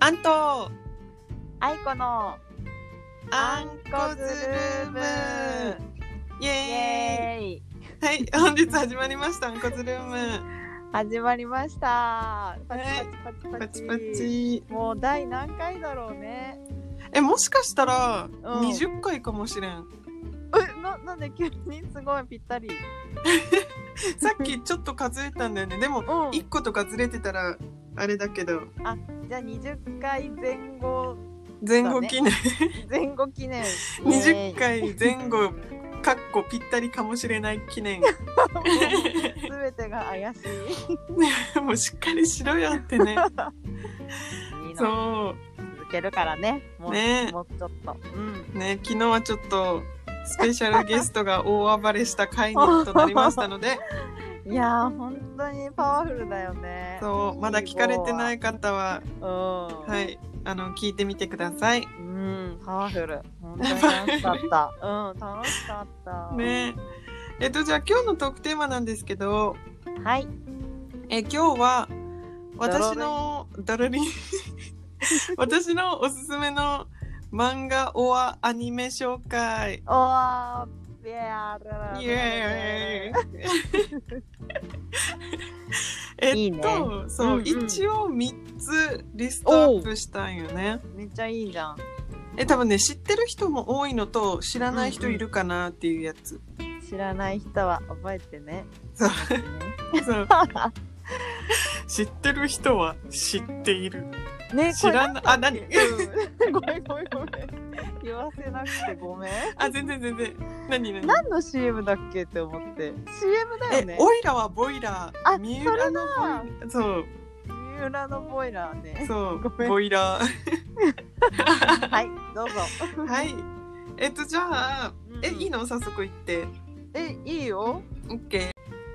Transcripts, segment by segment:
アントあいこのアンコズルームイエイーイエーイはい本日始まりましたアンコズルーム始まりましたパチねパチパチパパチチパチもう第何回だろうねえもしかしたらん20回かもしれん、えななんで急にすごいぴったりさっきちょっと数えたんだよねでもうん1個とかずれてたらあれだけどじゃあ20回前 後前後記念、前後記念20回前後かっこぴったりかもしれない記念すべてが怪しもうしっかりしろよってねいいいその続けるからねもううねもうちょっとうんね昨日はちょっとスペシャルゲストが大暴れした回にとなりましたので いやー本当にパワフルだよねそうまだ聞かれてない方は、うんははい、あの聞いてみてください。うん、パワフル。本当に楽しかった。うん、楽しかった。。ねえっとじゃあ今日のトークテーマなんですけどはい。え今日は私のドロリン 私のおすすめの漫画オアアニメ紹介おー、ビアーイ エーイえっといいねそう、うんうん一応3つリストアップしたんよねめっちゃいいじゃん。え多分ね知ってる人も多いのと知らない人いるかなっていうやつ、知らない人は覚えてね。 そう覚えてねそう知ってる人は知っているね、知らないあこ何れうんごめんごめんごめん。言わせなくてごめん。あ全然全然何何何の CM だっけって思って。CM だよえね。オイラはボイラーあ三浦のボイラそう三浦のボイラーね。そうごめんボイラ ーはい、どうぞ。はいえっとじゃあえいいのの早速言ってえ、いいよ。 OK2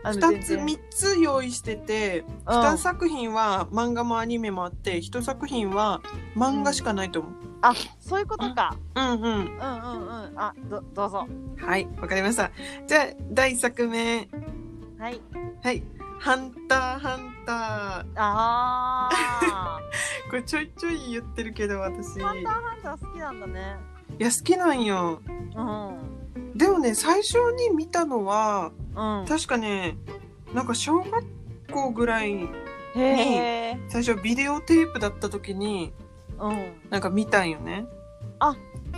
あのつ3つ用意してて2。作品は漫画もアニメもあって1作品は漫画しかないと思う、全然うんあ、そういうことか。うん、うんうんうんうん。あ、どどうぞ。はいわかりましたじゃあ第1作目はい。はい「ハンターハンタあ あ。ー」これちょいちょい言ってるけど私いハンターハンター好きなんだね。や好きなんようん。でもね最初に見たのはうん。確かねなんか小学校ぐらいへえ。最初ビデオテープだった時にうん。なんか見たんよねじゃ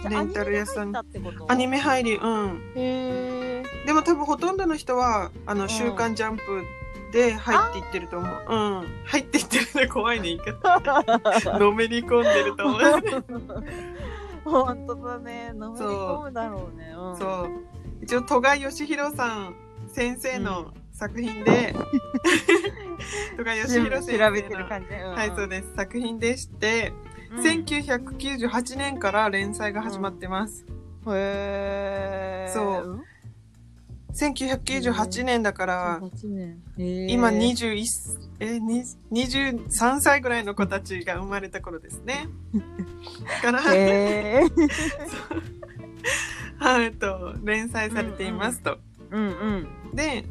あレンタル屋さんアニメが入ったってことアニメ入りうんへえ。でも多分ほとんどの人は「あうのん週刊ジャンプ」で入っていってると思ううん入っていってるね怖いね言い方 のめり込んでると思う本当だね。のめり込むだろうね。う ん。そう一応戸賀義弘さん先生の作品で、 戸賀義全部弘先生調のべてる感じ。はいそうでで。す作品でして、うん1998年から連載が始まってます、へえ。そう。1998年だから、 18年。へー今。21えに23歳ぐらいの子たちが生まれた頃です ねから、へえ。はいと連載されていますと、うんうん。で、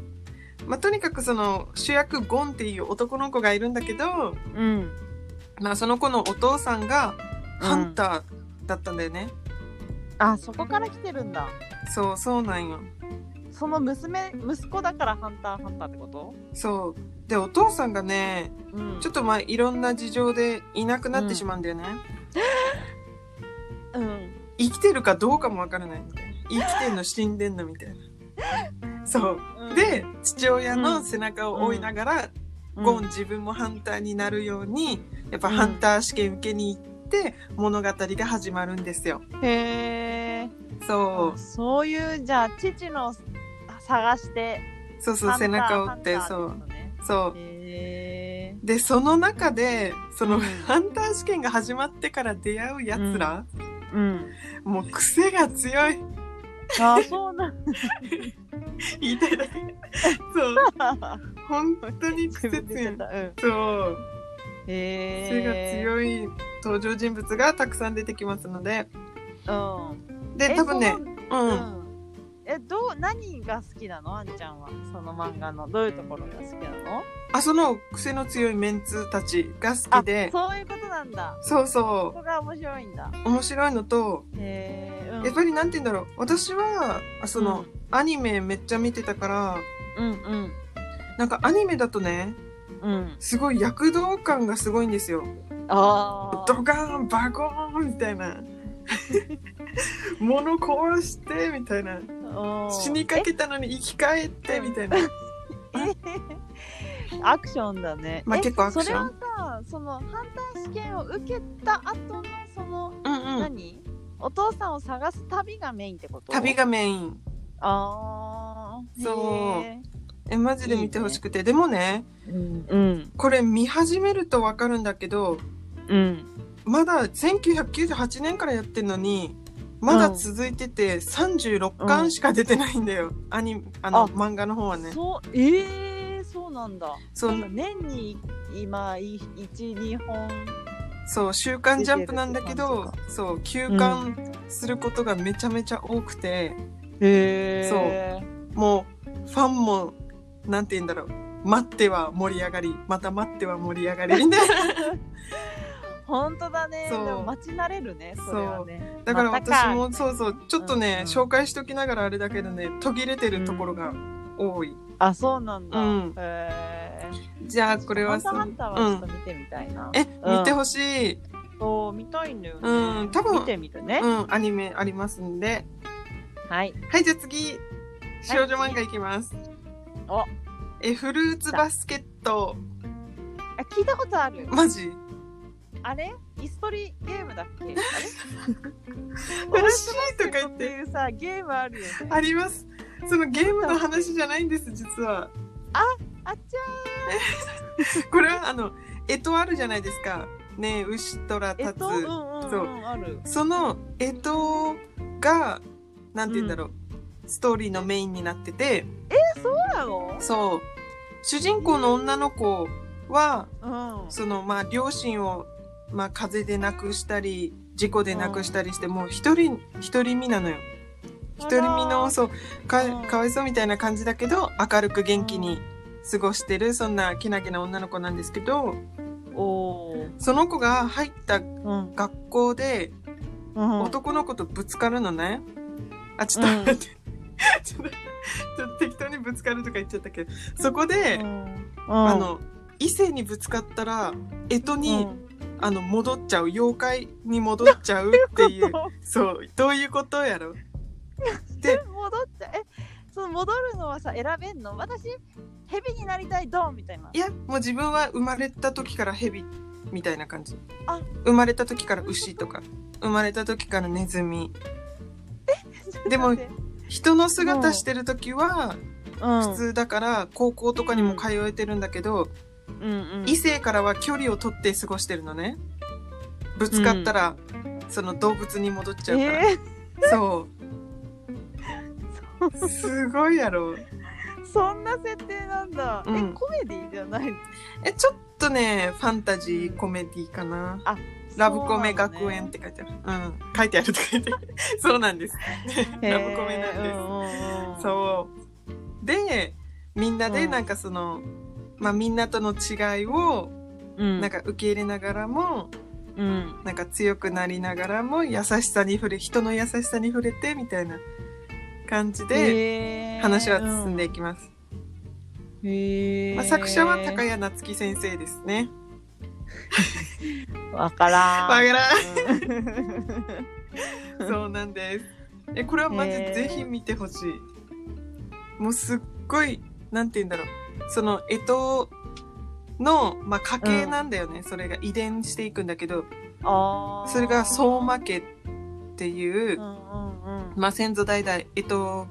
まあ、とにかくその主役ゴンっていう男の子がいるんだけど、うん。まあ、その子のお父さんがハンターだったんだよね、あ、そこから来てるんだ。そうそうなんよその娘息子だからハンターハンターってこと？そうでお父さんがねうんちょっとまあいろんな事情でいなくなってしまうんだよね、うん。生きてるかどうかもわからないみたいな生きてんの死んでんのみたいなそうで父親の背中を追いながら、うん、ゴン自分もハンターになるようにやっぱハンター試験受けに行って物語が始まるんですよへえ。そうあそういうじゃあ父のあ探してそうそう背中を追ってそうそうへえ。でその中でそのうんハンター試験が始まってから出会うやつら、うん。もう癖が強いあ、そうなん言いたいだけそう だ。本当に癖自分で強い言っちゃったうん。そう癖がへえ。強い登場人物がたくさん出てきますので強い。うん。でえ多分ねそううん、ん。えどう何が好きなのあんちゃんはその漫画のどういうところが好きなのあその癖の強いメンツたちが好あきでそういうことなんだそうそそこが面白いんだう面白いのとへえうんやっぱりなんて言うんだろう私はあその、うんアニメめっちゃ見てたからうんなんかアニメだとねうんうんすごい躍動感がすごいんですよあドガーンバゴーンみたい な物壊してみたいなあ死にかけたのに生き返ってみたいなアクションだね。まあえ結構アクションそれはさ、その反対試験を受けた後のその、うんうん何？お父さんを探す旅がメインってこと？旅。がメインああ。そうへえマジで見てほしくてでもねー。うんこれ見始めるとわかるんだけどうん。まだ1998年からやってるのにまだ続いてて36巻しか出てないんだよ、アニメあのあ漫画の方はねそうええそうなんだ。そなんかう年に今い一二本。そう「週刊ジャンプ」なんだけ出どてそう休刊することがめちゃめちゃ多くて、へーそう。もうファンもなんて言うんだろう待っては盛り上がりまた待っては盛り上がりみたいな本当だね。でそうも待ち慣れるね。それはね。だからまたか私もそうそうちょっとね、うん紹介しときながらあれだけどね途切れてるところが多い、あ、そうなんだ。うんへえ。じゃあこれはハンターハンターうはちょっんと見てみたいな。え、うん見てほしい。そう見たいんだよね。うん多分見てみるね。うん、アニメありますんで。はい。はい、じゃあ次、少女漫画いきます。お、あえ、フルーツバスケット。聞いたことある。マジあれ？イストリゲームだっ け？あれ？嬉しいとか言っってて。いうさゲームあるよね。あります。そのゲームの話じゃないんです、実は。あっちこれはあの、えとあるじゃないですか。ねえ、うしとらゃー。えたっつと、う。んうんそううんある。そのえとが、なんて言うんだろう。ストーリーのメインになってて、そうなの？そう。主人公の女の子は、うん。そのまあ両親を、まあ、風邪で亡くしたり事故で亡くしたりして、もう一人一人身なのよ一人身のそううかんかわいそうみたいな感じだけど明るく元気に過ごしてるそんなけなげな女の子なんですけどおーその子が入ったうん学校でうん。男の子とぶつかるのね、あちょっとうん待って ちょっとちょっと適当にぶつかるとか言っちゃったけどそこで、うん。あの異性にぶつかったら干支うんに、あの戻っちゃう妖怪に戻っちゃうってい う戻そうどういうことやろでっちゃ え。その戻るのはさ選べんの？私蛇になりたいドンみたいな。いやもう自分は生まれた時から蛇みたいな感じあ生まれた時から牛とか生まれた時からネズミでもちょっと待って人の姿してる時はうん普通だから高校とかにも通えてるんだけど、うんうん異性からは距離を取って過ごしてるのねぶつかったら、その動物に戻っちゃうから、えそうすごいやろーそんな設定なんだ、うんえコメディじゃないえちょっとねファンタジーコメディかなあラブコメ学園っって書いてあるうん書いてあるって書いてある そうなんですラブコメなんです、んうそうでみんなでうんなんかその、まあみんなとの違いをうんなんか受け入れながらも、うんなんか強くなりながらも優しさに触れ人の優しさに触れてみたいな感じでで話は進んでいきます、まあ、作者は高谷夏樹先生ですねわからんわからんう んそうなんです。え、これはマジへーぜひ見てほしい。もうすっごい、なんて言うんだろう。その、えとの、まあ、家系なんだよね。それが遺伝していくんだけど、あー それが相馬家っていうう、んうんうんまあ、先祖代々、えと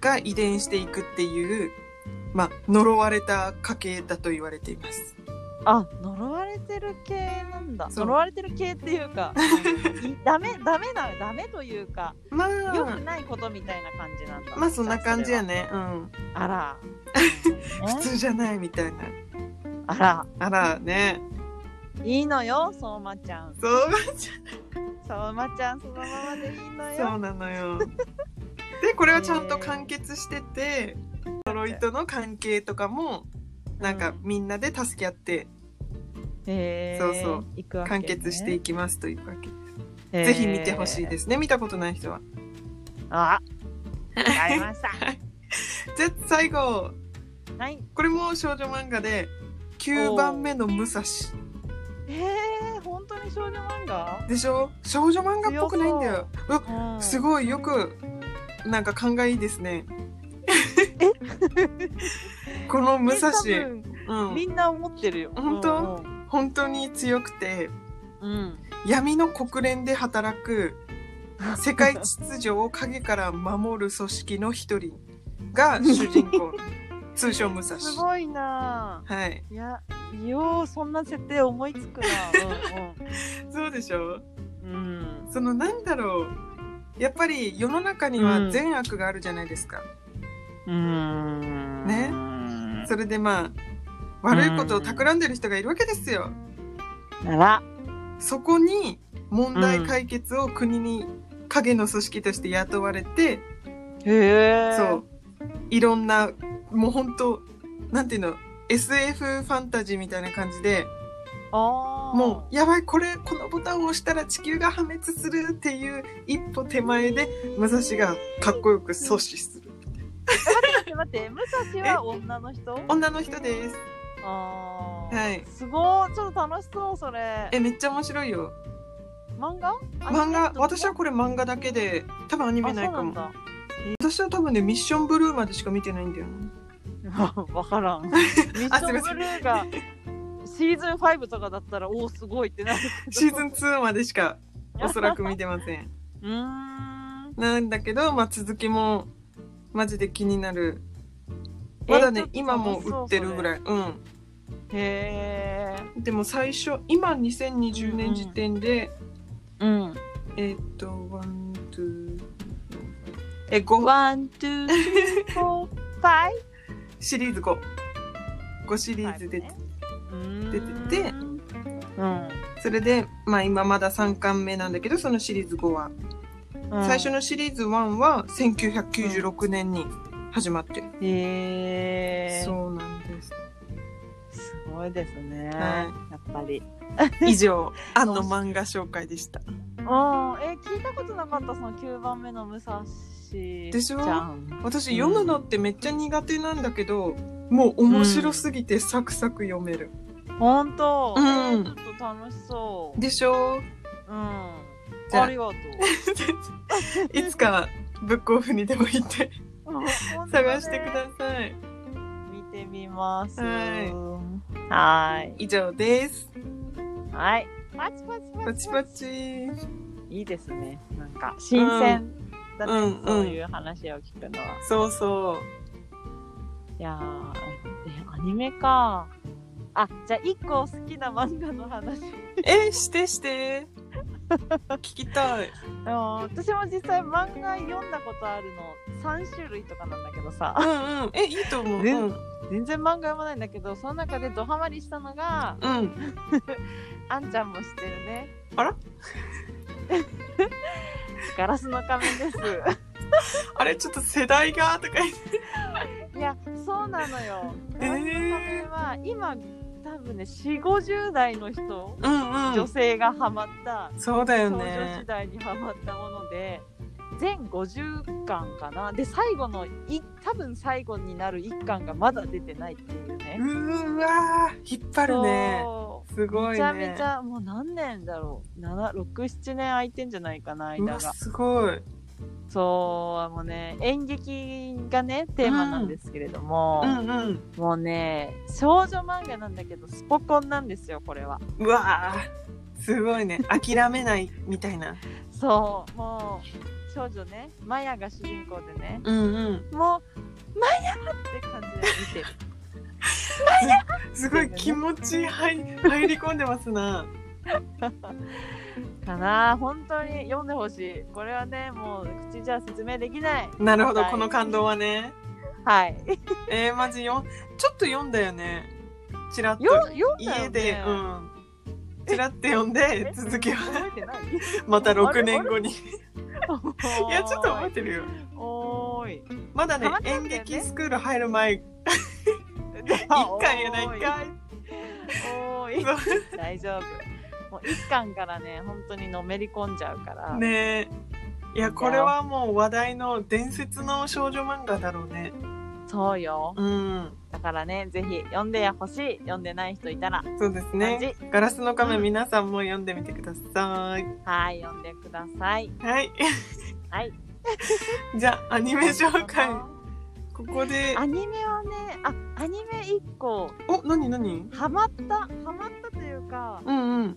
が遺伝していくっていう、まあ、呪われた家系だと言われています。あ呪われてる系なんだそう呪われてる系っていうかいダメダメなダメというかま良くあ、ないことみたいな感じなんだまあ、そんな感じやねね。うん。あら 普通じゃないみたいな。あら、あら、ね。いいのよ、相馬ちゃん。そう。相馬ちゃん、そのままでいいのそよ。うなのよ。でこれはちゃんと完結しててトロイとの関係とかもなんかみんなで助け合ってえそうそう行くわけ完ね結していきますというわけ、えーぜひ見てほしいですね見たことない人はあわかりました じゃあ最後はいこれも少女漫画で9番目の武蔵えー、本当に少女漫画、でしょ少女漫画っぽくないんだようわうんすごいよくなんか考えいいですね この武蔵多、分うん、みんな思ってるよ本当本当に強くてうんうん闇の国連で働く世界秩序を影から守る組織の一人が主人公通称武蔵すごいなはいいやようそんな設定思いつくなそうでしょうんうん、そのなんだろうやっぱり世の中には善悪があるじゃないですか、うん、ねそれでまあ悪いことを企んでる人がいるわけですよ、ならそこに問題解決を国に影の組織として雇われて、へえそういろんなもう本当なんていうの SF ファンタジーみたいな感じであーもうやばいこれこのボタンを押したら地球が破滅するっていう一歩手前で武蔵がかっこよく阻止する待って待って武蔵は女の人女の人ですあーはいすごいちょっと楽しそうそれえめっちゃ面白いよ漫画漫画私はこれ漫画だけで多分アニメないかもも私は多分ねミッションブルーまでしか見てないんだよな わからん ミッションブルーがシーズン5とかだったらおおすごいってなるけどシーズン2までしかおそらく見てませんうーんなんだけど、まあ、続きもマジで気になるまだね、えーちょっと今も売ってるぐらいうんへえでも最初今2020年時点で、うんえーっとワンツーえ五ワン、ツー、スリー、フォー、ファイシリーズ5 5シリーズブで、ね出ててうーんうそれでまあ今まだ3巻目なんだけどそのシリーズ5は、ん。最初のシリーズ1は1996年に始まってる、うん。へえ。そうなんですすごいですね。はやっぱり。 以上あの漫画紹介でしたうん。え、聞いたことなかった、その九番目の武蔵。でしょじゃん。私うん読むのってめっちゃ苦手なんだけど、もう面白すぎてサクサク読める、本当。うんえーちょっと楽しそう。でし ょうん。あじゃあ りがとう。いつかブックオフにでも行って うん本当だね探してください見てみます。ははーい。以上ですはい。パチパチパチパチパチいいですね。なんか新鮮だね、うんうんそういう話を聞くのは。そうそういやーえアニメか。あじゃあ一個好きな漫画の話。えしてして聞きたい あの私も実際漫画読んだことあるの3種類とかなんだけどさ うんうんえいいと思う、ねうん全然漫画読まないんだけどその中でドハマりしたのがうんあんちゃんも知ってるねあら ガラスの仮面 ですあれちょっと世代がとか言っていやそうなのよ。えーガラスの仮面は今多分ね4 5 0代の人、うんう女ん性がハマったそうだよ少女ね時代にハマったもので全50巻かなで最後のい多分最後になる1巻がまだ出てないっていううね。ーわー引っ張るねそうすごめいちねゃめちゃもう何年だろう67年空いてんじゃないかなう間わがすごいそうもうね演劇がねテーマなんですけれども、うんうんもうね少女漫画なんだけどスポコンなんですよこれはうわあすご いね諦めないみたいなそうもう少女ねマヤが主人公でねうんうんもうマヤって感じで見てるすごい気持ち入入り込んでます なかな本当に読んでほしいこれはねもう口じゃ説明できないなるほどはいこの感動はねはいえー、マジよちょっと読んだよねちらっとよ読んだ家よ、ね、でうんちらって読んでえ続きは覚えてない またあれ6年後にいいやちょっと覚えてるよおい。まだねたまにある演んだよね劇スクール入る前一1回やないかい多い。大丈夫。もう一巻からね、本当にのめり込んじゃうから。ねえいやこれはもう話題の伝説の少女漫画だろうねそうよ。うんだからね、ぜひ読んでほしい。読んでない人いたら。そうですねね。ガラスの仮面うん皆さんも読んでみてくださいはい、読んでください。はい はい。じゃあアニメ紹介ここでアニメはね、あ、アニメ一個、お何何ハマった、ハマったというか、うんうん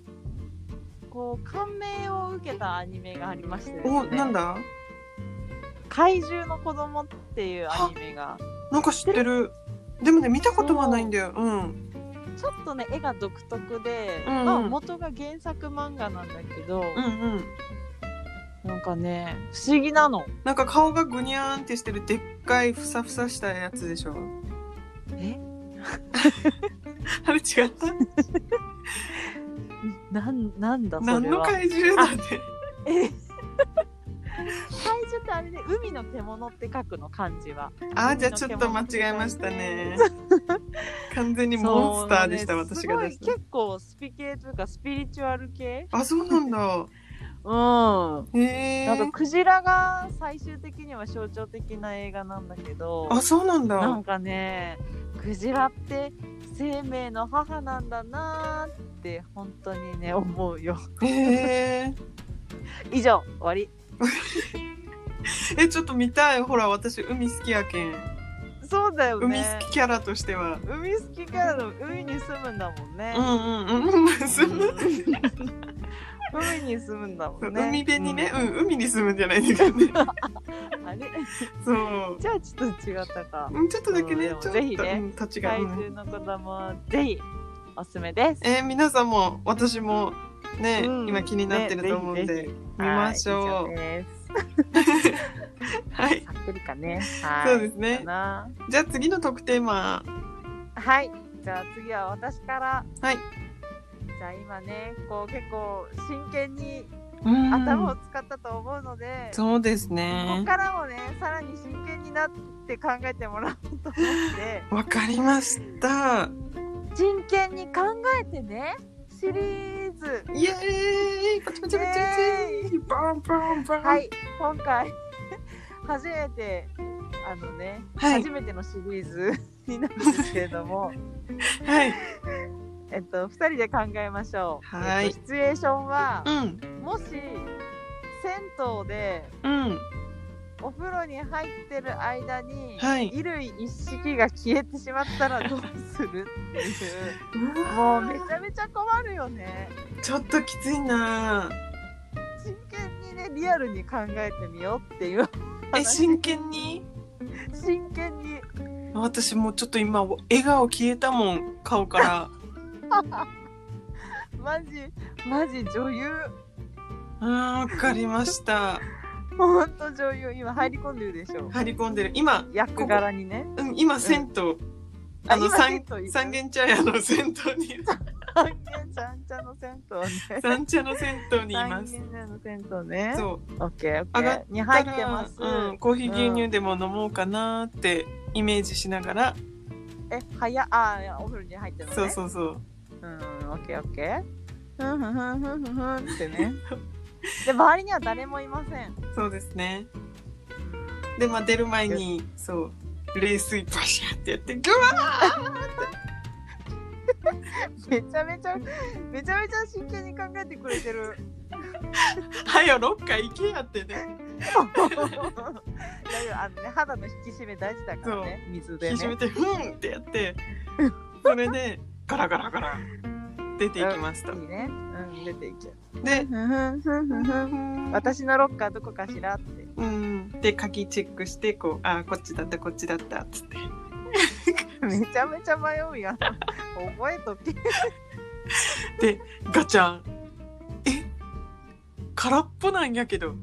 こう、感銘を受けたアニメがありましてですね。おなんだ怪獣の子供っていうアニメが、なんか知ってるでもね見たことはないんだようんちょっとね、絵が独特で、うんうんまあ元が原作漫画なんだけど、うんうんなんかね、不思議なの。なんか顔がぐにゃーんってしてるでっかいふさふさしたやつでし ょえあれ違ったなん、なんだそれは。何の怪獣だってえ 怪獣ってあれで、海の獣って書くの漢字は。あーじゃあちょっと間違えました ね完全にモンスターでした、そうね私が出しすたごい結構スピ系というかスピリチュアル系あそうなんだ うんなへえんかクジラが最終的には象徴的な映画なんだけどあそうなんなだんかねクジラって生命の母なんだなーって本当にね思うよ へえ以上終わりえちょっと見たいほら私海好きやけんそうだよ海ね好きキャラとしては海好きからの海に住むんだもんねう、んうんうん住む、 海に住むんだもんね海辺にね、うん、海に住むんじゃないんだけどねうんあれ そうじゃあちょっと違ったかうんちょっとだけね、うんでもちょっと、ぜひねうん、立ちが、怪うん獣の子供ぜひおすすめです。えー皆さんも私もね、うん今気になってると思うんで、ねぜひぜ見ましょはい以上うです はい、さっくりかね。はい。そうですねかなじゃあ次の特テーマはい。じゃあ次は私から。はい。じゃあ今ね、こう結構真剣にうん頭を使ったと思うので、こそうですこねからもね、さらに真剣になって考えてもらおうと思って、わかりました真剣に考えてね、シリーズ。イエーイこっちこっちこっちこっちバンバンバンはい、今回初めてあのね、はい初めてのシリーズになるんですけれども、はいえっと二人で考えましょう。はいえっとシチュエーションはう、んもし銭湯でうんお風呂に入ってる間に、はい衣類一式が消えてしまったらどうするっていうわう、もうめちゃめちゃ困るよね。ちょっときついな真剣にねリアルに考えてみようっていうえ話真剣に真剣に。私もうちょっと今笑顔消えたもん顔 かマジマジ女優らうんわかりましたほんと女優今入り込んでるでしょ張り込んでる今役柄にねうん今銭湯、あの今三銭湯行く三軒茶屋の銭湯に三軒ちゃんちゃんの銭湯ね三茶の銭湯にいます軒ちゃんの銭湯ねそうオッケーオッ上ケがっーに入ってます、うん、コーヒー牛乳でも飲もうかなーってイメージしながら、え早っあーお風呂に入ってるのねそうそうそううんオッケーオッケーふんふんふんふんふんふんって ねで周りには誰もいませんそうですねでまあ出る前にそう冷水バシャってやってグワめちゃめちゃめちゃめちゃ真剣に考えてくれてるーはよロッカー行けやってね大丈夫あのね肌の引き締め大事だからね水で引き締めねてフンってやってそれでガラガラガラ出ていきましたいいねうん出ていけで私のロッカーどこかしらってうんで鍵チェックしてこうあーこっちだったこっちだったっつってめちゃめちゃ迷うやん覚えとけガチャンえ空っぽなんやけど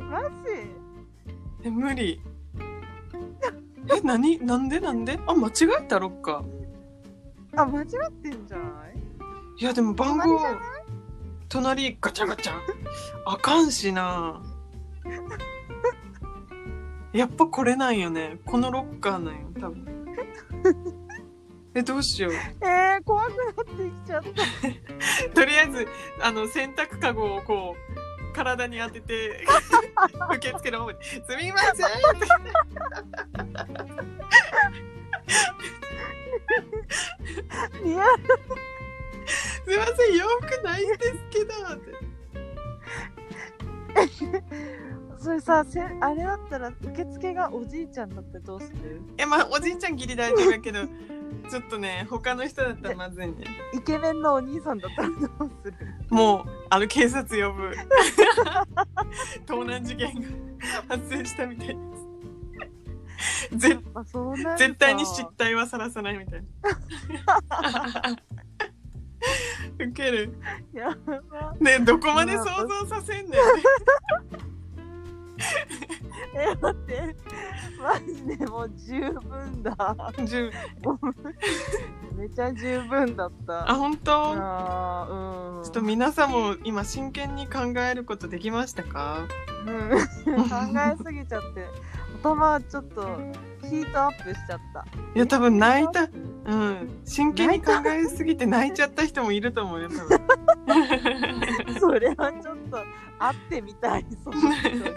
マジえ無理え何なんでなんであ間違えたロッカーあ間違ってんじゃないいやでも番隣号じゃない隣ガチャガチャあかんしなやっぱこれなんよねこのロッカーなんよ多分えどうしようえー、怖くなってきちゃった。とりあえずあの洗濯かごをこう体に当てて 受付の方に「すみません」っていや、すみません、洋服ないんですけど。ってそれさ、せあれだったら受付がおじいちゃんだってどうするえ、まあ、おじいちゃんギリ大丈夫やけど、ちょっとね、他の人だったらまずいね。イケメンのお兄さんだったらどうするもう、あの警察呼ぶ。 盗難事件が発生したみたいです。ぜあそうなると絶対に失態はさらさないみたいな。ウケる。やばねどこまで想像させんねん。え待ってマジでもう十分だじゅめちゃ十分だったあ、本当。あーうんちょっと皆さんも今真剣に考えることできましたかうん 考えすぎちゃって頭ちょっとヒートアップしちゃったいや多分泣いた、うん、真剣に考えすぎて泣いちゃった人もいると思うよ多分 それはちょっと会ってみたいその人になんで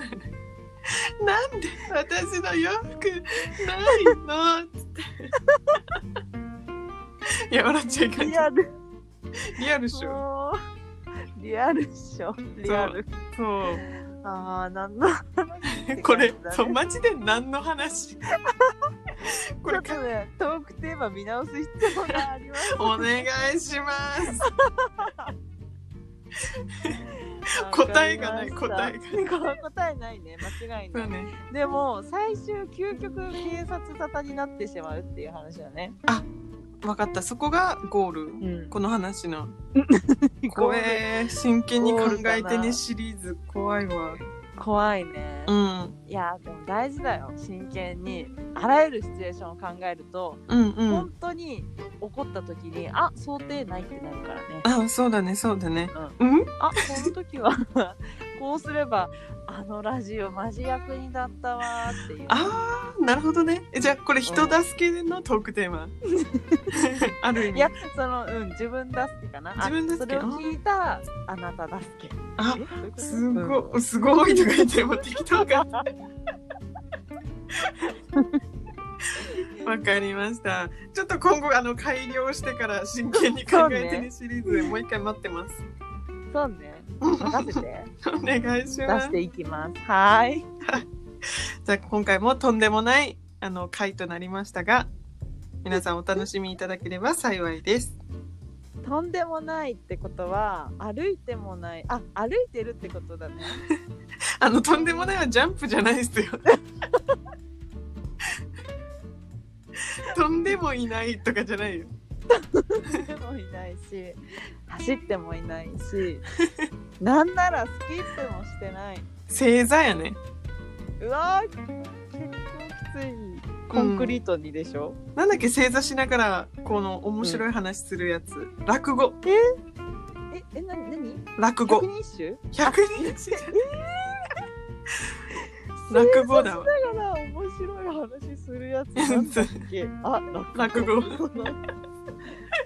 私の洋服ないのつっていや笑っちゃいかんリ アルリアルっしょもうリアルっしょリアルそああなんだうこれそうマジで何の話こちょれっとねトークテーマ見直す必要があります お願いします答えがない答えがない答えないね間違いそなうい、ねでも最終究極警察沙汰になってしまうっていう話だね分かったそこがゴールうんこの話の 怖えー真剣に考えてねシリーズ怖いわ怖いね、うんいやでも大事だよ真剣にあらゆるシチュエーションを考えると、うんうん本当に起こった時にあ想定内ってなるからねあそうだねそうだねうんあこの時は こうすればあのラジオマジ役に立ったわーっていうあーなるほどねえじゃあこれ人助けのトークテー マある意い味やそのうん自分助けかなあ自分助けそれを聞いたあなた助けあえそういうことすごすうんごいとか言っても適当かったわかりましたちょっと今後あの改良してから真剣に考えてねシリーズでもう一回待ってますそうね任せてお願いし出ますしていきますはーいじゃあ今回もとんでもないあの回となりましたが皆さんお楽しみいただければ幸いです。とんでもないってことは歩いてもないあ歩いてるってことだねあのとんでもないはジャンプじゃないですよ。とんでもいないとかじゃないよ。歩いてもいないし走ってもいないしなんならスキップもしてない正座やね。うわー結構きついコンクリートにでしょ、なんだっけ正座しながらこの面白い話するやつ。落語。ええなになに落語百。人一首百人一首落落語語だだわだから面白い話するやつなんだっけあ落語。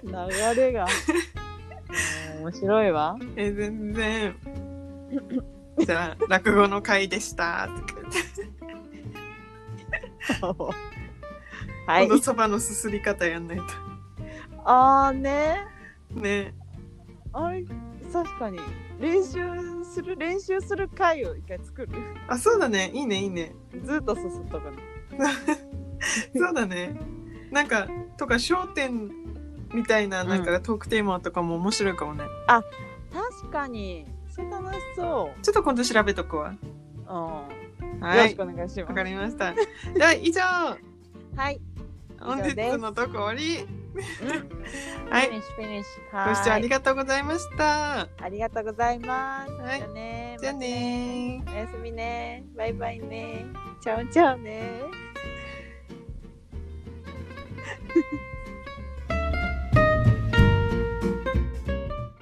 流れがうん 面白いわえ全然。じゃあ落語の回でした。とか はこのそばのすすり方やんないと。ああねね。あれ確かに練習する練習する回を一回 作るあ、そうだね。いいね、いいね。ずっとすすっとかなそうだね。なんか、とか、焦点みたいな、なんかトークテーマとかも面白いかもね。確かにそれ楽しそちょっと今度調べとくわ。う、うんよはろしいく。お願いしまわすかりました。じゃあ、以上。はい本日のとこ終わり。 はフィい。ニッシュフィニッシュはご視聴ありいがとうございました。ありがとうございます、はいじゃあねじゃあねおやすみねバイバイねちゃうちゃうね